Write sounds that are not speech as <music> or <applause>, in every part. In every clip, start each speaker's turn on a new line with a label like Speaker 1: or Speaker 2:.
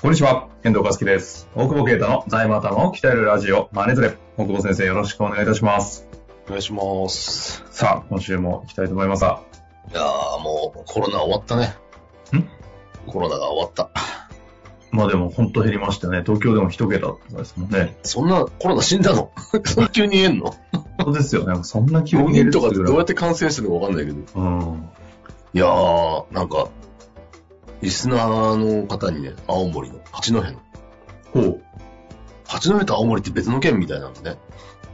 Speaker 1: こんにちは、遠藤和樹です。大久保啓太の財務頭を鍛えるラジオ、マネズレ。大久保先生、よろしくお願いいたします。
Speaker 2: お願いします。
Speaker 1: さあ、今週も行きたいと思いますが、
Speaker 2: いやーもうコロナ終わったね。
Speaker 1: ん
Speaker 2: コロナが終わった。
Speaker 1: まあでも本当減りましたね。東京でも一桁とかですもんね。
Speaker 2: そんなコロナ死んだの <laughs> そんな急に言えんの
Speaker 1: そうですよね。そんな気温
Speaker 2: ?4 人とかってどうや
Speaker 1: っ
Speaker 2: って感染してるのかわかんないけど。
Speaker 1: てうん。
Speaker 2: いやー、なんか、リスナーの方にね、青森の、八戸の。
Speaker 1: ほう。
Speaker 2: 八戸と青森って別の県みたいなんでね。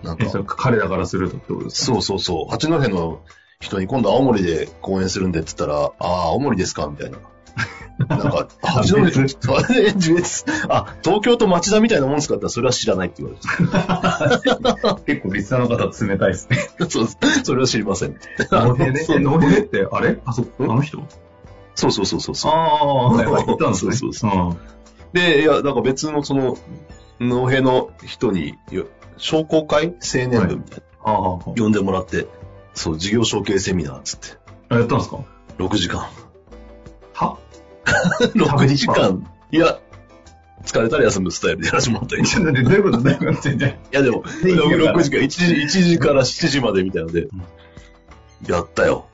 Speaker 2: なん
Speaker 1: え、それ
Speaker 2: か、
Speaker 1: 彼らからするとってことですか
Speaker 2: そうそうそう。八戸の人に今度青森で公演するんでって言ったら、あー、青森ですかみたいな。なんか、八戸
Speaker 1: 別
Speaker 2: と、あれ別あ、東京と町田みたいなもんですかって言ったら、それは知らないって言われて。
Speaker 1: 結構リスナーの方冷たいです <laughs> ね。
Speaker 2: <laughs> そう、それは知りません。
Speaker 1: <laughs> ノヘネ
Speaker 2: そう
Speaker 1: えノヘネって、あれあそこ、あの人
Speaker 2: そうそうそうそうそう。
Speaker 1: ああー、はいはい行ったんですね。
Speaker 2: そうそう
Speaker 1: うん。
Speaker 2: で、いや、なんか別のその、農兵の人によ、商工会青年部みたいな、
Speaker 1: ああ、
Speaker 2: 呼んでもらって、そう、事業承継セミナーっつって、
Speaker 1: あやったんですか
Speaker 2: 6時間。
Speaker 1: は <laughs>
Speaker 2: 6時間。いや、疲れたら休むスタイルでやらせてもらったり。い
Speaker 1: ちょっと待ってどういうことだよ、全然。
Speaker 2: や、でも、
Speaker 1: できるから
Speaker 2: 6時間、1時、1時から7時までみたいので、やったよ。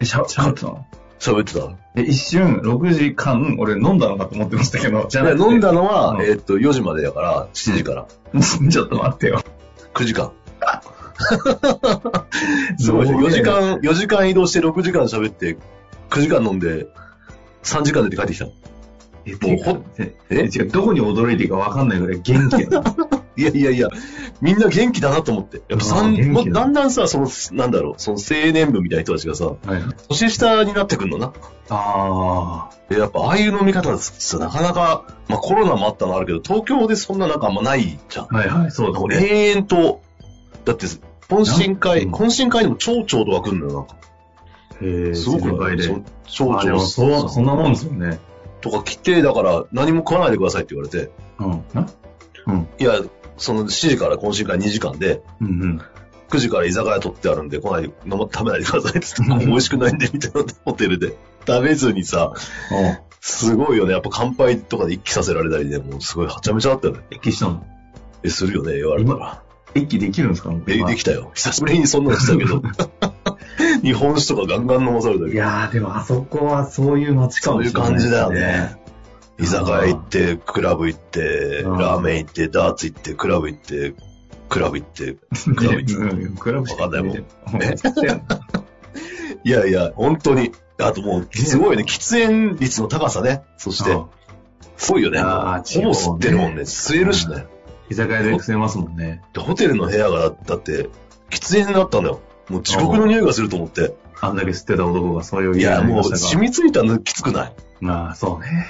Speaker 1: え、しゃ、しゃべってたの
Speaker 2: 喋ってた。
Speaker 1: で一瞬、6時間、俺飲んだのかと思ってましたけど、じゃな
Speaker 2: で
Speaker 1: くて
Speaker 2: 飲んだのは、
Speaker 1: うん
Speaker 2: えーっと、4時までだから、7時から、
Speaker 1: <laughs> ちょっと待ってよ。
Speaker 2: 9時間。すごい4時。間、4時間移動して6時間喋って、9時間飲んで、3時間寝て帰ってきた。
Speaker 1: え、もうほえ、
Speaker 2: え
Speaker 1: 違う、どこに驚いていいか分かんないぐらい元気だな。
Speaker 2: いやいやいや、みんな元気だなと思って。やっぱさ
Speaker 1: あー
Speaker 2: ん
Speaker 1: 元気だ
Speaker 2: もうだんだんさ、その、なんだろう、その青年部みたいな人たちがさ、
Speaker 1: はい、
Speaker 2: 年下になってくんのな。
Speaker 1: ああ、
Speaker 2: でやっぱああいう飲み方だとさ、なかなか、まあコロナもあったのあるけど、東京でそんななんかあんまないじゃん。
Speaker 1: はいはい、そうだ、
Speaker 2: なんか
Speaker 1: ね。
Speaker 2: 永遠と、だって、懇親会、
Speaker 1: なん
Speaker 2: 懇親会にも町長とか来るのよ、なんか。
Speaker 1: え
Speaker 2: すごくない
Speaker 1: で。
Speaker 2: そう町
Speaker 1: あ、で
Speaker 2: 長
Speaker 1: も、そう、そんなもんですよね。
Speaker 2: とか来て、だから何も食わないでくださいって言われて、
Speaker 1: うん。ん
Speaker 2: いや、その7時から懇親会2時間で、
Speaker 1: うんうん。
Speaker 2: 9時から居酒屋取ってあるんで、来ない、飲ま食べないでくださいって言って、美味しくないんで、みたいなホテルで。食べずにさ、すごいよね。やっぱ乾杯とかで一気させられたりね、もうすごいはちゃめちゃだったよね。
Speaker 1: 一気したの
Speaker 2: え、するよね、言われたら。
Speaker 1: 一気できるんですか
Speaker 2: え、できたよ。久しぶりにそんなのした
Speaker 1: <laughs>
Speaker 2: けど。日本酒とかガンガン飲まされた
Speaker 1: い
Speaker 2: り。
Speaker 1: やー、でもあそこはそういう街か
Speaker 2: そう
Speaker 1: も
Speaker 2: いう
Speaker 1: しれない
Speaker 2: 感
Speaker 1: で
Speaker 2: じ
Speaker 1: すね。
Speaker 2: だよね。居酒屋行って、クラブ行って、
Speaker 1: うん
Speaker 2: ラーメン行って、ダーツ行って、クラブ行って、クラブ行って。クラブ行って
Speaker 1: うん。クラブしか
Speaker 2: わかんないもん
Speaker 1: ん。 <laughs> え
Speaker 2: いやいや、本当に。あともう、すごいね。喫煙率の高さね。そして、すごいよね。
Speaker 1: あー
Speaker 2: ほぼ吸ってるもんね。吸えるしね。
Speaker 1: 居酒屋でくせますもんね。
Speaker 2: でホテルの部屋が、だって、喫煙だったんだよ。もう地獄の匂いがすると思って。
Speaker 1: あんだけ吸ってた男がそういう
Speaker 2: い
Speaker 1: 家に
Speaker 2: や、
Speaker 1: なり
Speaker 2: も
Speaker 1: ま
Speaker 2: う
Speaker 1: した
Speaker 2: 染
Speaker 1: か
Speaker 2: みついたのきつくない
Speaker 1: まあ、そうね。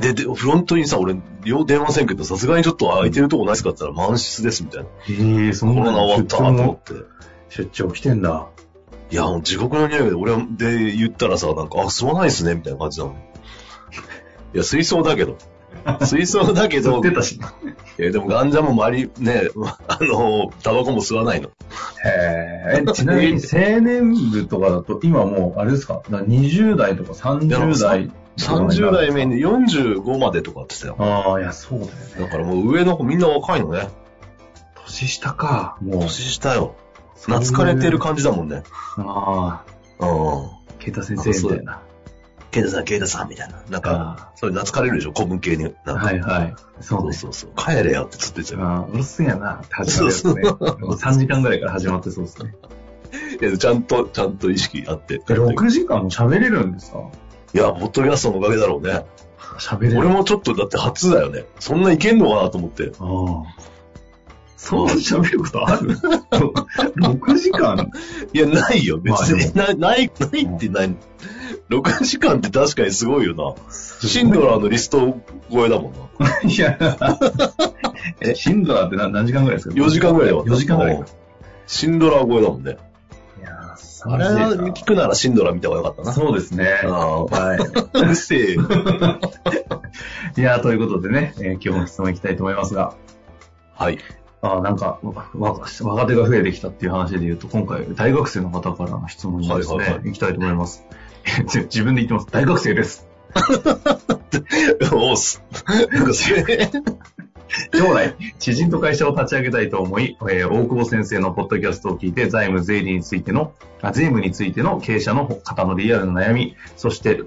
Speaker 2: で、で、フロントにさ、俺、よう電話せんけど、さすがにちょっと空いてるとこないっすかって言ったら満室ですみたいな。
Speaker 1: ええそ
Speaker 2: コ
Speaker 1: ん
Speaker 2: ロ
Speaker 1: な
Speaker 2: ナ終わったと思って。
Speaker 1: 出張来てんだ。
Speaker 2: いや、もう地獄の匂いで、俺は、で、言ったらさ、なんか、あ、吸わないっすね、みたいな感じなの。いや、水槽だ
Speaker 1: <laughs>
Speaker 2: けど。水槽だけ
Speaker 1: 吸
Speaker 2: ど
Speaker 1: っ、てたしな。
Speaker 2: いやでもガンジャも周り、ね、 <laughs> あの、タバコも吸わないの。
Speaker 1: へえ。ちなみに、青年部とかだと、今もう、あれですか、だから20代とか30代。
Speaker 2: 30代目に45までとかって言って
Speaker 1: ああ、いや、そうだよ
Speaker 2: たよ。だ
Speaker 1: ね。
Speaker 2: からもう上の子みんな若いのね。
Speaker 1: 年下か。もう、
Speaker 2: 年下よ。懐かれてる感じだもんね。
Speaker 1: ああ、
Speaker 2: うん。
Speaker 1: ケイタ先生みたいな。
Speaker 2: ケイタさん、ケイタさんみたいな。なんか、
Speaker 1: あ
Speaker 2: それ懐かれるでしょ古文系に。
Speaker 1: あ
Speaker 2: なんか
Speaker 1: はいはい。そ
Speaker 2: そうう
Speaker 1: ね。
Speaker 2: そうそう。帰れよってずっと言って
Speaker 1: ああ、うるせえなって始まるやつね。
Speaker 2: そ
Speaker 1: 3時間ぐらいから始まってそうですね。
Speaker 2: たよいや。ちゃんと、ちゃんと意識あって。
Speaker 1: 6時間も喋れるんですか
Speaker 2: いや、ポッドキャストのおかげだろうね。
Speaker 1: 喋れる。
Speaker 2: 俺もちょっと、だって初だよね。そんないけんのかなと思って。
Speaker 1: ああ。そんな喋ることあ <laughs> る ?6 時間
Speaker 2: いや、ないよ、別に。
Speaker 1: ま
Speaker 2: な <laughs> ない、ないってない。6時間って確かにすごいよな。シンドラーのリスト超えだもんな。
Speaker 1: いや、え、シンドラーって何何時間ぐらいですか
Speaker 2: 4時間ぐらいだもんな。
Speaker 1: 4時間ぐらい
Speaker 2: うん
Speaker 1: か。
Speaker 2: シンドラー超えだもんね。
Speaker 1: いやー
Speaker 2: あれ
Speaker 1: 寂しいな
Speaker 2: 聞くならシンドラー見た方がよかったな。
Speaker 1: そうですね。
Speaker 2: あ
Speaker 1: は
Speaker 2: あ、うるせえよ。
Speaker 1: い。いやーということでね、えー今日の質問いきたいと思いますが、 <laughs>
Speaker 2: はい。
Speaker 1: あーなんか、わわ若手が増えてきたっていう話で言うと、今回、大学生の方からの質問にですね、
Speaker 2: はいいはいはい
Speaker 1: きたいと思います。じ自分で言ってます。大学生です。
Speaker 2: おう
Speaker 1: <laughs>
Speaker 2: す。なんかそれ
Speaker 1: 将来、知人と会社を立ち上げたいと思い、えー大久保先生のポッドキャストを聞いて、財務、税理についての、あ税務についての経営者の方のリアルな悩み、そして、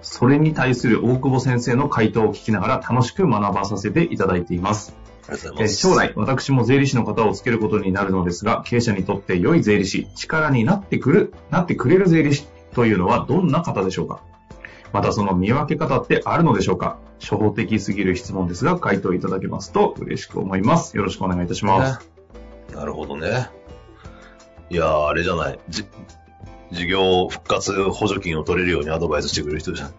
Speaker 1: それに対する大久保先生の回答を聞きながら楽しく学ばさせていただいています。えー将来、私も税理士の方をつけることになるのですが、経営者にとって良い税理士、力になってくる、なってくれる税理士というのはどんな方でしょうかまたその見分け方ってあるのでしょうか初歩的すぎる質問ですが、回答いただけますと嬉しく思います。よろしくお願いいたします。
Speaker 2: <laughs> ねなるほどね。いやー、あれじゃない。じ事業復活補助金を取れるようにアドバイスしてくれる人じゃん。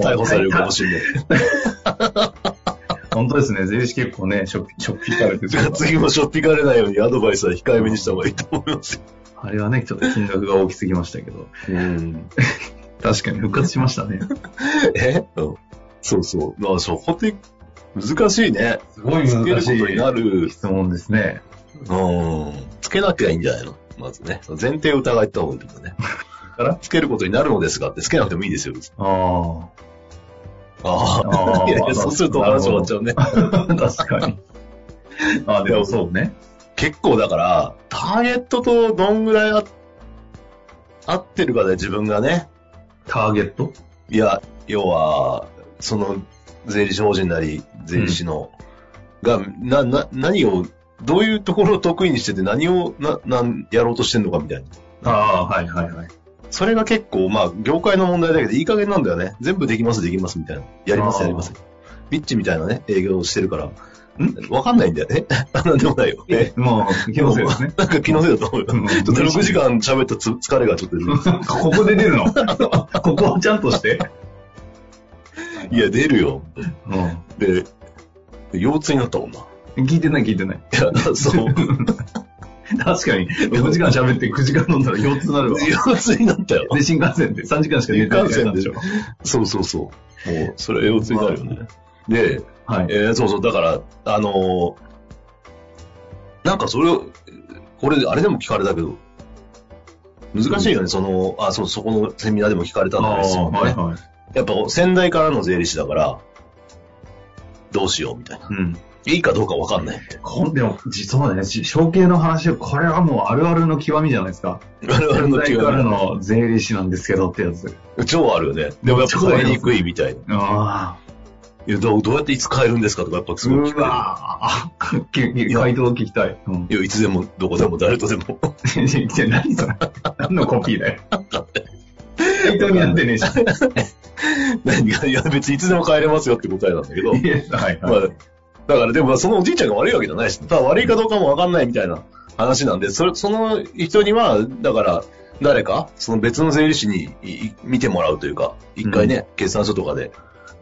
Speaker 2: 逮捕されるかもしれない。
Speaker 1: 本当ですね。税理士結構ね、しょっぴ、しょっぴかれて
Speaker 2: じゃあ
Speaker 1: る。
Speaker 2: 次もしょっぴかれないようにアドバイスは控えめにした方がいいと思いますよ。
Speaker 1: あれはね、ちょっと金額が大きすぎましたけど。
Speaker 2: うん。
Speaker 1: <laughs> 確かに復活しま
Speaker 2: <laughs>
Speaker 1: したね。
Speaker 2: <laughs> えうん。そうそう。まあ、初歩的、難しいね。
Speaker 1: すごい
Speaker 2: つけ
Speaker 1: 難
Speaker 2: ること
Speaker 1: し
Speaker 2: に
Speaker 1: い
Speaker 2: なる。
Speaker 1: 質問ですね。
Speaker 2: うん。つけなきゃいいんじゃないのまずね。前提を疑った方がいいと <laughs> 思うね。
Speaker 1: から
Speaker 2: つけることになるのですがって、つけなくてもいいですよ。別に
Speaker 1: ああ。あ
Speaker 2: ああ。
Speaker 1: ー
Speaker 2: <laughs> いやいや、そうすると話終わっちゃう
Speaker 1: <laughs>
Speaker 2: ね。
Speaker 1: 確かに。あ、でもそうね。
Speaker 2: 結構だから、ターゲットとどんぐらいあ合ってるかで自分がね、
Speaker 1: ターゲット
Speaker 2: いや、要は、その税理士法人なり、税理士の、が、な、な、何を、どういうところを得意にしてて何を、な、なん、やろうとしてんのかみたいな。
Speaker 1: ああ、はいはいはい。
Speaker 2: それが結構、まあ、業界の問題だけど、いい加減なんだよね。全部できます、できます、みたいな。やりま
Speaker 1: あ
Speaker 2: す、
Speaker 1: ー
Speaker 2: やります。ビッチみたいなね、営業をしてるから、んわかんないんだよね。 <laughs> なんでもないよ。ね
Speaker 1: もう、気のせいですね。
Speaker 2: <laughs> なんか気のせいだと思うよ。
Speaker 1: うん
Speaker 2: ちょっと6時間喋ったつ疲れがちょっと出る。
Speaker 1: ここで出るのここをちゃんとして。
Speaker 2: いや、出るよ。
Speaker 1: う
Speaker 2: で、腰痛になったもんな。い
Speaker 1: ん。聞いてない聞いてない。
Speaker 2: や、そう。
Speaker 1: 確かに、6時間喋って9時間飲んだら4つな <laughs> るわ。
Speaker 2: <laughs> 腰痛になったよ。
Speaker 1: で、新幹線で3時間しか寝てない
Speaker 2: 新幹線でしょ。そうそうそう。もう、それ腰痛になるよね。で、
Speaker 1: はい。
Speaker 2: えーそうそう、だから、あのーなんかそれを、これ、あれでも聞かれたけど、難しいよね、その、あ、そう、そこのセミナーでも聞かれたんだけど、
Speaker 1: はいはい。
Speaker 2: やっぱ先代からの税理士だから、どうしようみたいな。
Speaker 1: うん。
Speaker 2: いいかどうかわかんないみたい
Speaker 1: こんでも、じそうだね、し承継の話、これはもうあるあるの極みじゃないですか。
Speaker 2: な。我々の
Speaker 1: 現
Speaker 2: 気
Speaker 1: 在から
Speaker 2: が、
Speaker 1: の税理士なんですけどってやつ。
Speaker 2: 超あるよね。でもやっぱ変えにくいみたいな。
Speaker 1: ああ。
Speaker 2: いやどうどうやっていつ変えるんですかとか、やっぱすごい聞
Speaker 1: う
Speaker 2: くよ
Speaker 1: わーきき回答を聞きたい。うん <laughs>
Speaker 2: いや、いつでも、どこでも、誰とでも。
Speaker 1: いや、何それ何のコピーだよ。回答になって <laughs> ねえし。
Speaker 2: <laughs> 何が、いや、別にいつでも変えれますよって答えなんだけど。
Speaker 1: はい
Speaker 2: まあ、だからでもそのおじいちゃんが悪いわけじゃないし、ただ悪いかどうかもわかんないみたいな話なんで、それその人には、だから、誰か、その別の税理士にいい見てもらうというか、一回ね、決算書とかで、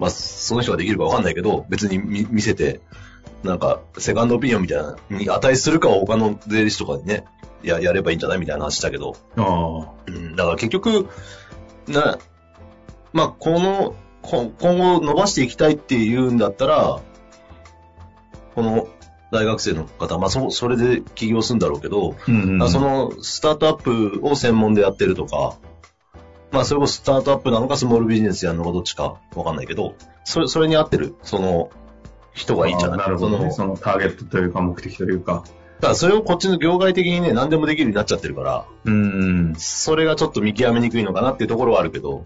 Speaker 2: まあ、その人ができるかわかんないけど、別に見見せて、なんか、セカンドオピニオンみたいな、に値するかは他の税理士とかにね、ややればいいんじゃないみたいな話だけど、
Speaker 1: あ
Speaker 2: うん、だから結局、な、まあ、この、こ今後伸ばしていきたいっていうんだったら、この大学生の方、まあ、そ、それで起業するんだろうけど、
Speaker 1: あ。うん
Speaker 2: まあそのスタートアップを専門でやってるとか、まあ、それこそスタートアップなのかスモールビジネスやるのかどっちかわかんないけど、それ、それに合ってる、その、人がいいんじゃない
Speaker 1: なるほどね。
Speaker 2: そ
Speaker 1: そ
Speaker 2: の
Speaker 1: のターゲットというか目的というか。
Speaker 2: ただそれをこっちの業界的にね、何でもできるようになっちゃってるから、
Speaker 1: うん。
Speaker 2: それがちょっと見極めにくいのかなっていうところはあるけど。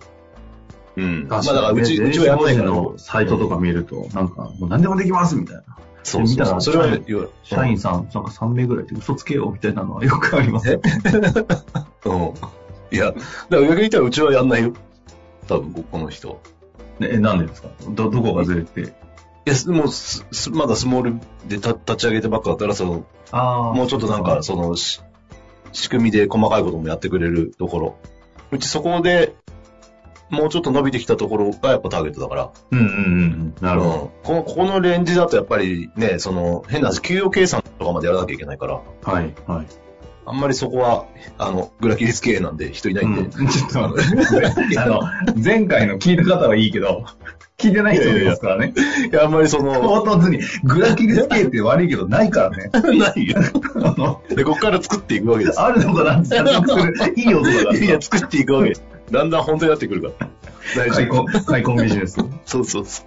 Speaker 2: うん。まあ
Speaker 1: 確
Speaker 2: だから
Speaker 1: かに
Speaker 2: う
Speaker 1: ね
Speaker 2: ち、
Speaker 1: 税
Speaker 2: う
Speaker 1: 理士
Speaker 2: ちはやら
Speaker 1: 法
Speaker 2: ないか
Speaker 1: 人
Speaker 2: ら。
Speaker 1: のサイトとか見ると、なんか、もう何でもできますみたいな。
Speaker 2: そうそうそう。それは、
Speaker 1: 見社員さん、なんか3名ぐらいで嘘つけよみたいなのはよくあり <laughs> ますよ。
Speaker 2: うん。いや、だから逆に言ったらうちはやんないよ。多分、ここの人。
Speaker 1: ねえ、なんでですかど、どこがずれて。
Speaker 2: いや、すもうす、すまだスモールでた立ち上げてばっかだったら、その、
Speaker 1: ああ。
Speaker 2: もうちょっとなんか、その、し仕組みで細かいこともやってくれるところ。うちそこで、もうちょっと伸びてきたところがやっぱターゲットだから。
Speaker 1: うんうんうんうん。なるほど。
Speaker 2: うんこの、ここのレンジだとやっぱりね、その、変な話、給与計算とかまでやらなきゃいけないから、
Speaker 1: はい、はい。
Speaker 2: あんまりそこは、あの、グラキリス経営なんで人いないん <laughs> で、
Speaker 1: うん <laughs> ちょっと待って。あの、前回の聞いた方はいいけど、聞いてない人もいますからね。
Speaker 2: いや、あんまりそ
Speaker 1: 唐 <laughs>
Speaker 2: の、
Speaker 1: 突に、グラキリス系って悪いけどないからね。
Speaker 2: ないよ。
Speaker 1: あの、
Speaker 2: で、ここから作っていくわけです。
Speaker 1: あるのかなって納得する。いい音だから。
Speaker 2: いや、作っていくわけです。だんだん本当になってくるから。大
Speaker 1: 開
Speaker 2: 事。
Speaker 1: 墾、開墾ビジネス。
Speaker 2: そうそうそう。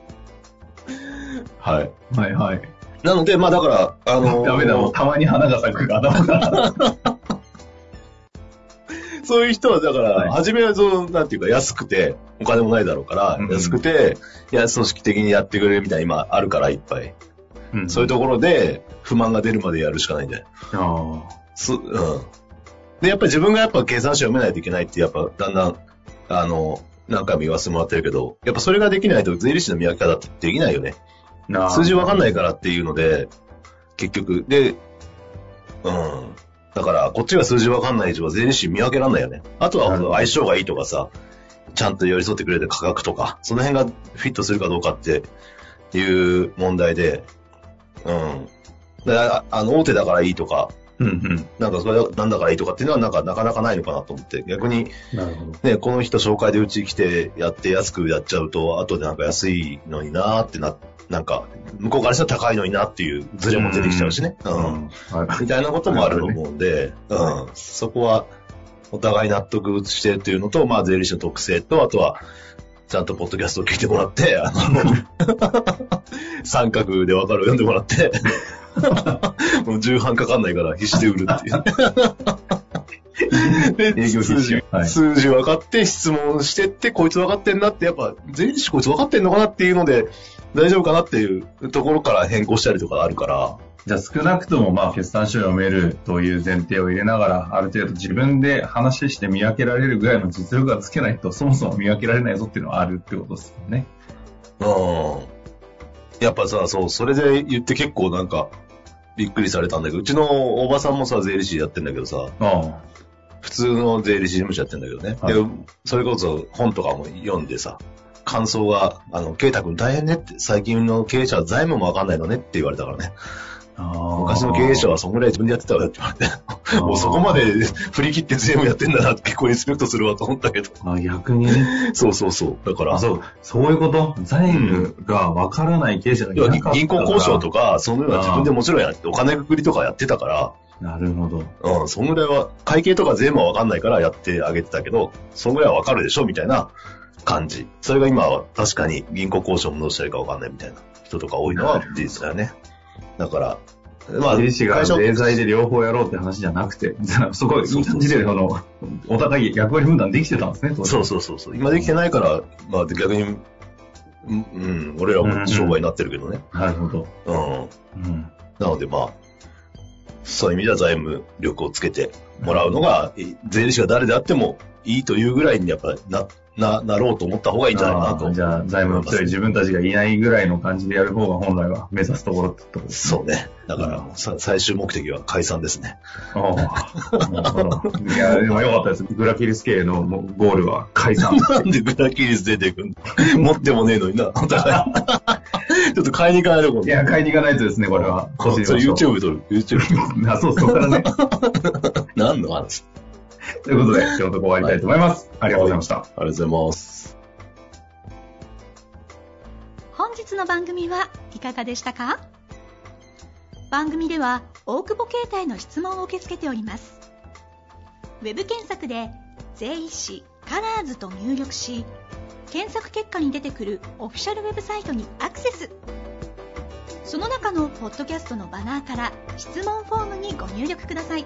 Speaker 2: はい。
Speaker 1: はいはい。
Speaker 2: なので、まあだから、あのー
Speaker 1: ダメだ、もうたまに花が咲くから頭が。
Speaker 2: そういう人は、だから、
Speaker 1: はい
Speaker 2: 初めはその、なんていうか、安くて、お金もないだろうから、
Speaker 1: うん
Speaker 2: 安くて、いや、組織的にやってくれるみたいな、今、あるから、いっぱい。
Speaker 1: うん
Speaker 2: そういうところで、不満が出るまでやるしかないんだよ。
Speaker 1: あ
Speaker 2: す、うん。で、やっぱり自分がやっぱ計算書読めないといけないって、やっぱ、だんだん、あの、何回も言わせてもらってるけど、やっぱそれができないと、税理士の見分け方ってできないよね。
Speaker 1: ーなあ。。
Speaker 2: 数字わかんないいからっていうので、結局、で、うん。だから、こっちが数字わかんない以上は税理士見分けらんないよね。あと
Speaker 1: な
Speaker 2: は
Speaker 1: るほど
Speaker 2: 相性がいいとかさ、ちゃんと寄り添ってくれて価格とか、その辺がフィットするかどうかっていう問題で、うん。だからあの、大手だからいいとか、
Speaker 1: うんうん。
Speaker 2: なんかそれなんだからいいとかっていうのはなんかなかなかないのかなと思って、逆に
Speaker 1: なるほど。
Speaker 2: ね、この人紹介でうち来てやって安くやっちゃうと、後でなんか安いのになーってな、なんか、向こうからしたら高いのになっていうズレも出てきちゃうしね。うん。 <laughs> みたいなこともあると思うんで、うん。そこは、お互い納得してっていうのと、まあ、税理士の特性と、あとは、ちゃんとポッドキャストを聞いてもらって、あの、三角で分かるを読んでも
Speaker 1: <laughs>
Speaker 2: らって、もう重版かかんないから必死で売るっていう。
Speaker 1: <laughs>
Speaker 2: で
Speaker 1: 営業必
Speaker 2: 数
Speaker 1: 死
Speaker 2: 字、
Speaker 1: はい
Speaker 2: 数字分かって質問してって、こいつ分かってんなって、やっぱ、税理士こいつ分かってんのかなっていうので、大丈夫かなっていうところから変更したりとかあるから、
Speaker 1: じゃあ少なくともまあ決算書を読めるという前提を入れながら、ある程度自分で話して見分けられるぐらいの実力がつけないと、そもそも見分けられないぞっていうのはあるってことですよね。
Speaker 2: うん。やっぱさ、そう、それで言って結構なんか、びっくりされたんだけど、うちのおばさんもさ、税理士やってんだけどさ、
Speaker 1: あ
Speaker 2: 普通の税理士事務所やってんだけどね。
Speaker 1: はい
Speaker 2: で、それこそ本とかも読んでさ、感想が、あの、ケイタ君大変ねって、最近の経営者は財務もわかんないのねって言われたからね。
Speaker 1: あ
Speaker 2: 昔の経営者はそんぐらい自分でやってたわよって言われて、もうそこまで振り切って税務やってんだなって結構リスペクトするわと思ったけど。
Speaker 1: あ逆にね。
Speaker 2: そうそうそう。だから、
Speaker 1: あ、そう、そういうこと財務がわからない経営者がい
Speaker 2: 要は
Speaker 1: なかったから
Speaker 2: 銀行交渉とか、そのような自分で
Speaker 1: あー
Speaker 2: もちろんやって、お金くくりとかやってたから、
Speaker 1: なるほど。
Speaker 2: うん、そんぐらいは、会計とか全部はわかんないからやってあげてたけど、そんぐらいはわかるでしょみたいな感じ。それが今は確かに銀行交渉もどうしたらいいかわかんないみたいな人とか多いのは事実だよね。だから、まあ、
Speaker 1: 税理士が
Speaker 2: 会社
Speaker 1: 税財で両方やろうって話じゃなくて、そこ、いい感じで、あの、お互い役割分担できてたんですね、当時
Speaker 2: そうそうそうそう。今できてないから、まあ逆に、うん、うん俺らも商売になってるけどね。
Speaker 1: なるほど。
Speaker 2: うん。
Speaker 1: うん。
Speaker 2: なのでまあ、そういう意味では財務力をつけてもらうのが、え税理士が誰であってもいいというぐらいにやっぱな、な、なろうと思った方がいいんじゃないかな
Speaker 1: あー
Speaker 2: と。
Speaker 1: じゃあ、財務の強い自分たちがいないぐらいの感じでやる方が本来は目指すところってとこです。
Speaker 2: そうね。だから、さ最終目的は解散ですね。 <laughs>
Speaker 1: あ <laughs> あ。いや、でもよかったです。グラキリス系のもうゴールは解 <laughs> 散。
Speaker 2: なんでグラキリス出てくんの <laughs> 持ってもねえのにな、お互 <laughs> い。ちょっと買いに行かないとこ
Speaker 1: いや、買いに行かないとですね、これは。
Speaker 2: そう、
Speaker 1: 腰に落と
Speaker 2: YouTube 撮る。YouTube。
Speaker 1: あ、そう、そこからね。
Speaker 2: 何の話
Speaker 1: ということで、今日のとこ終わりたいと思います。ありがとうございました。
Speaker 2: ありがとうございます。
Speaker 3: 本日の番組はいかがでしたか番組では大久保携帯の質問を受け付けておりますウェブ検索で「税理士カラーズと入力し検索結果に出てくるオフィシャルウェブサイトにアクセスその中のポッドキャストのバナーから質問フォームにご入力ください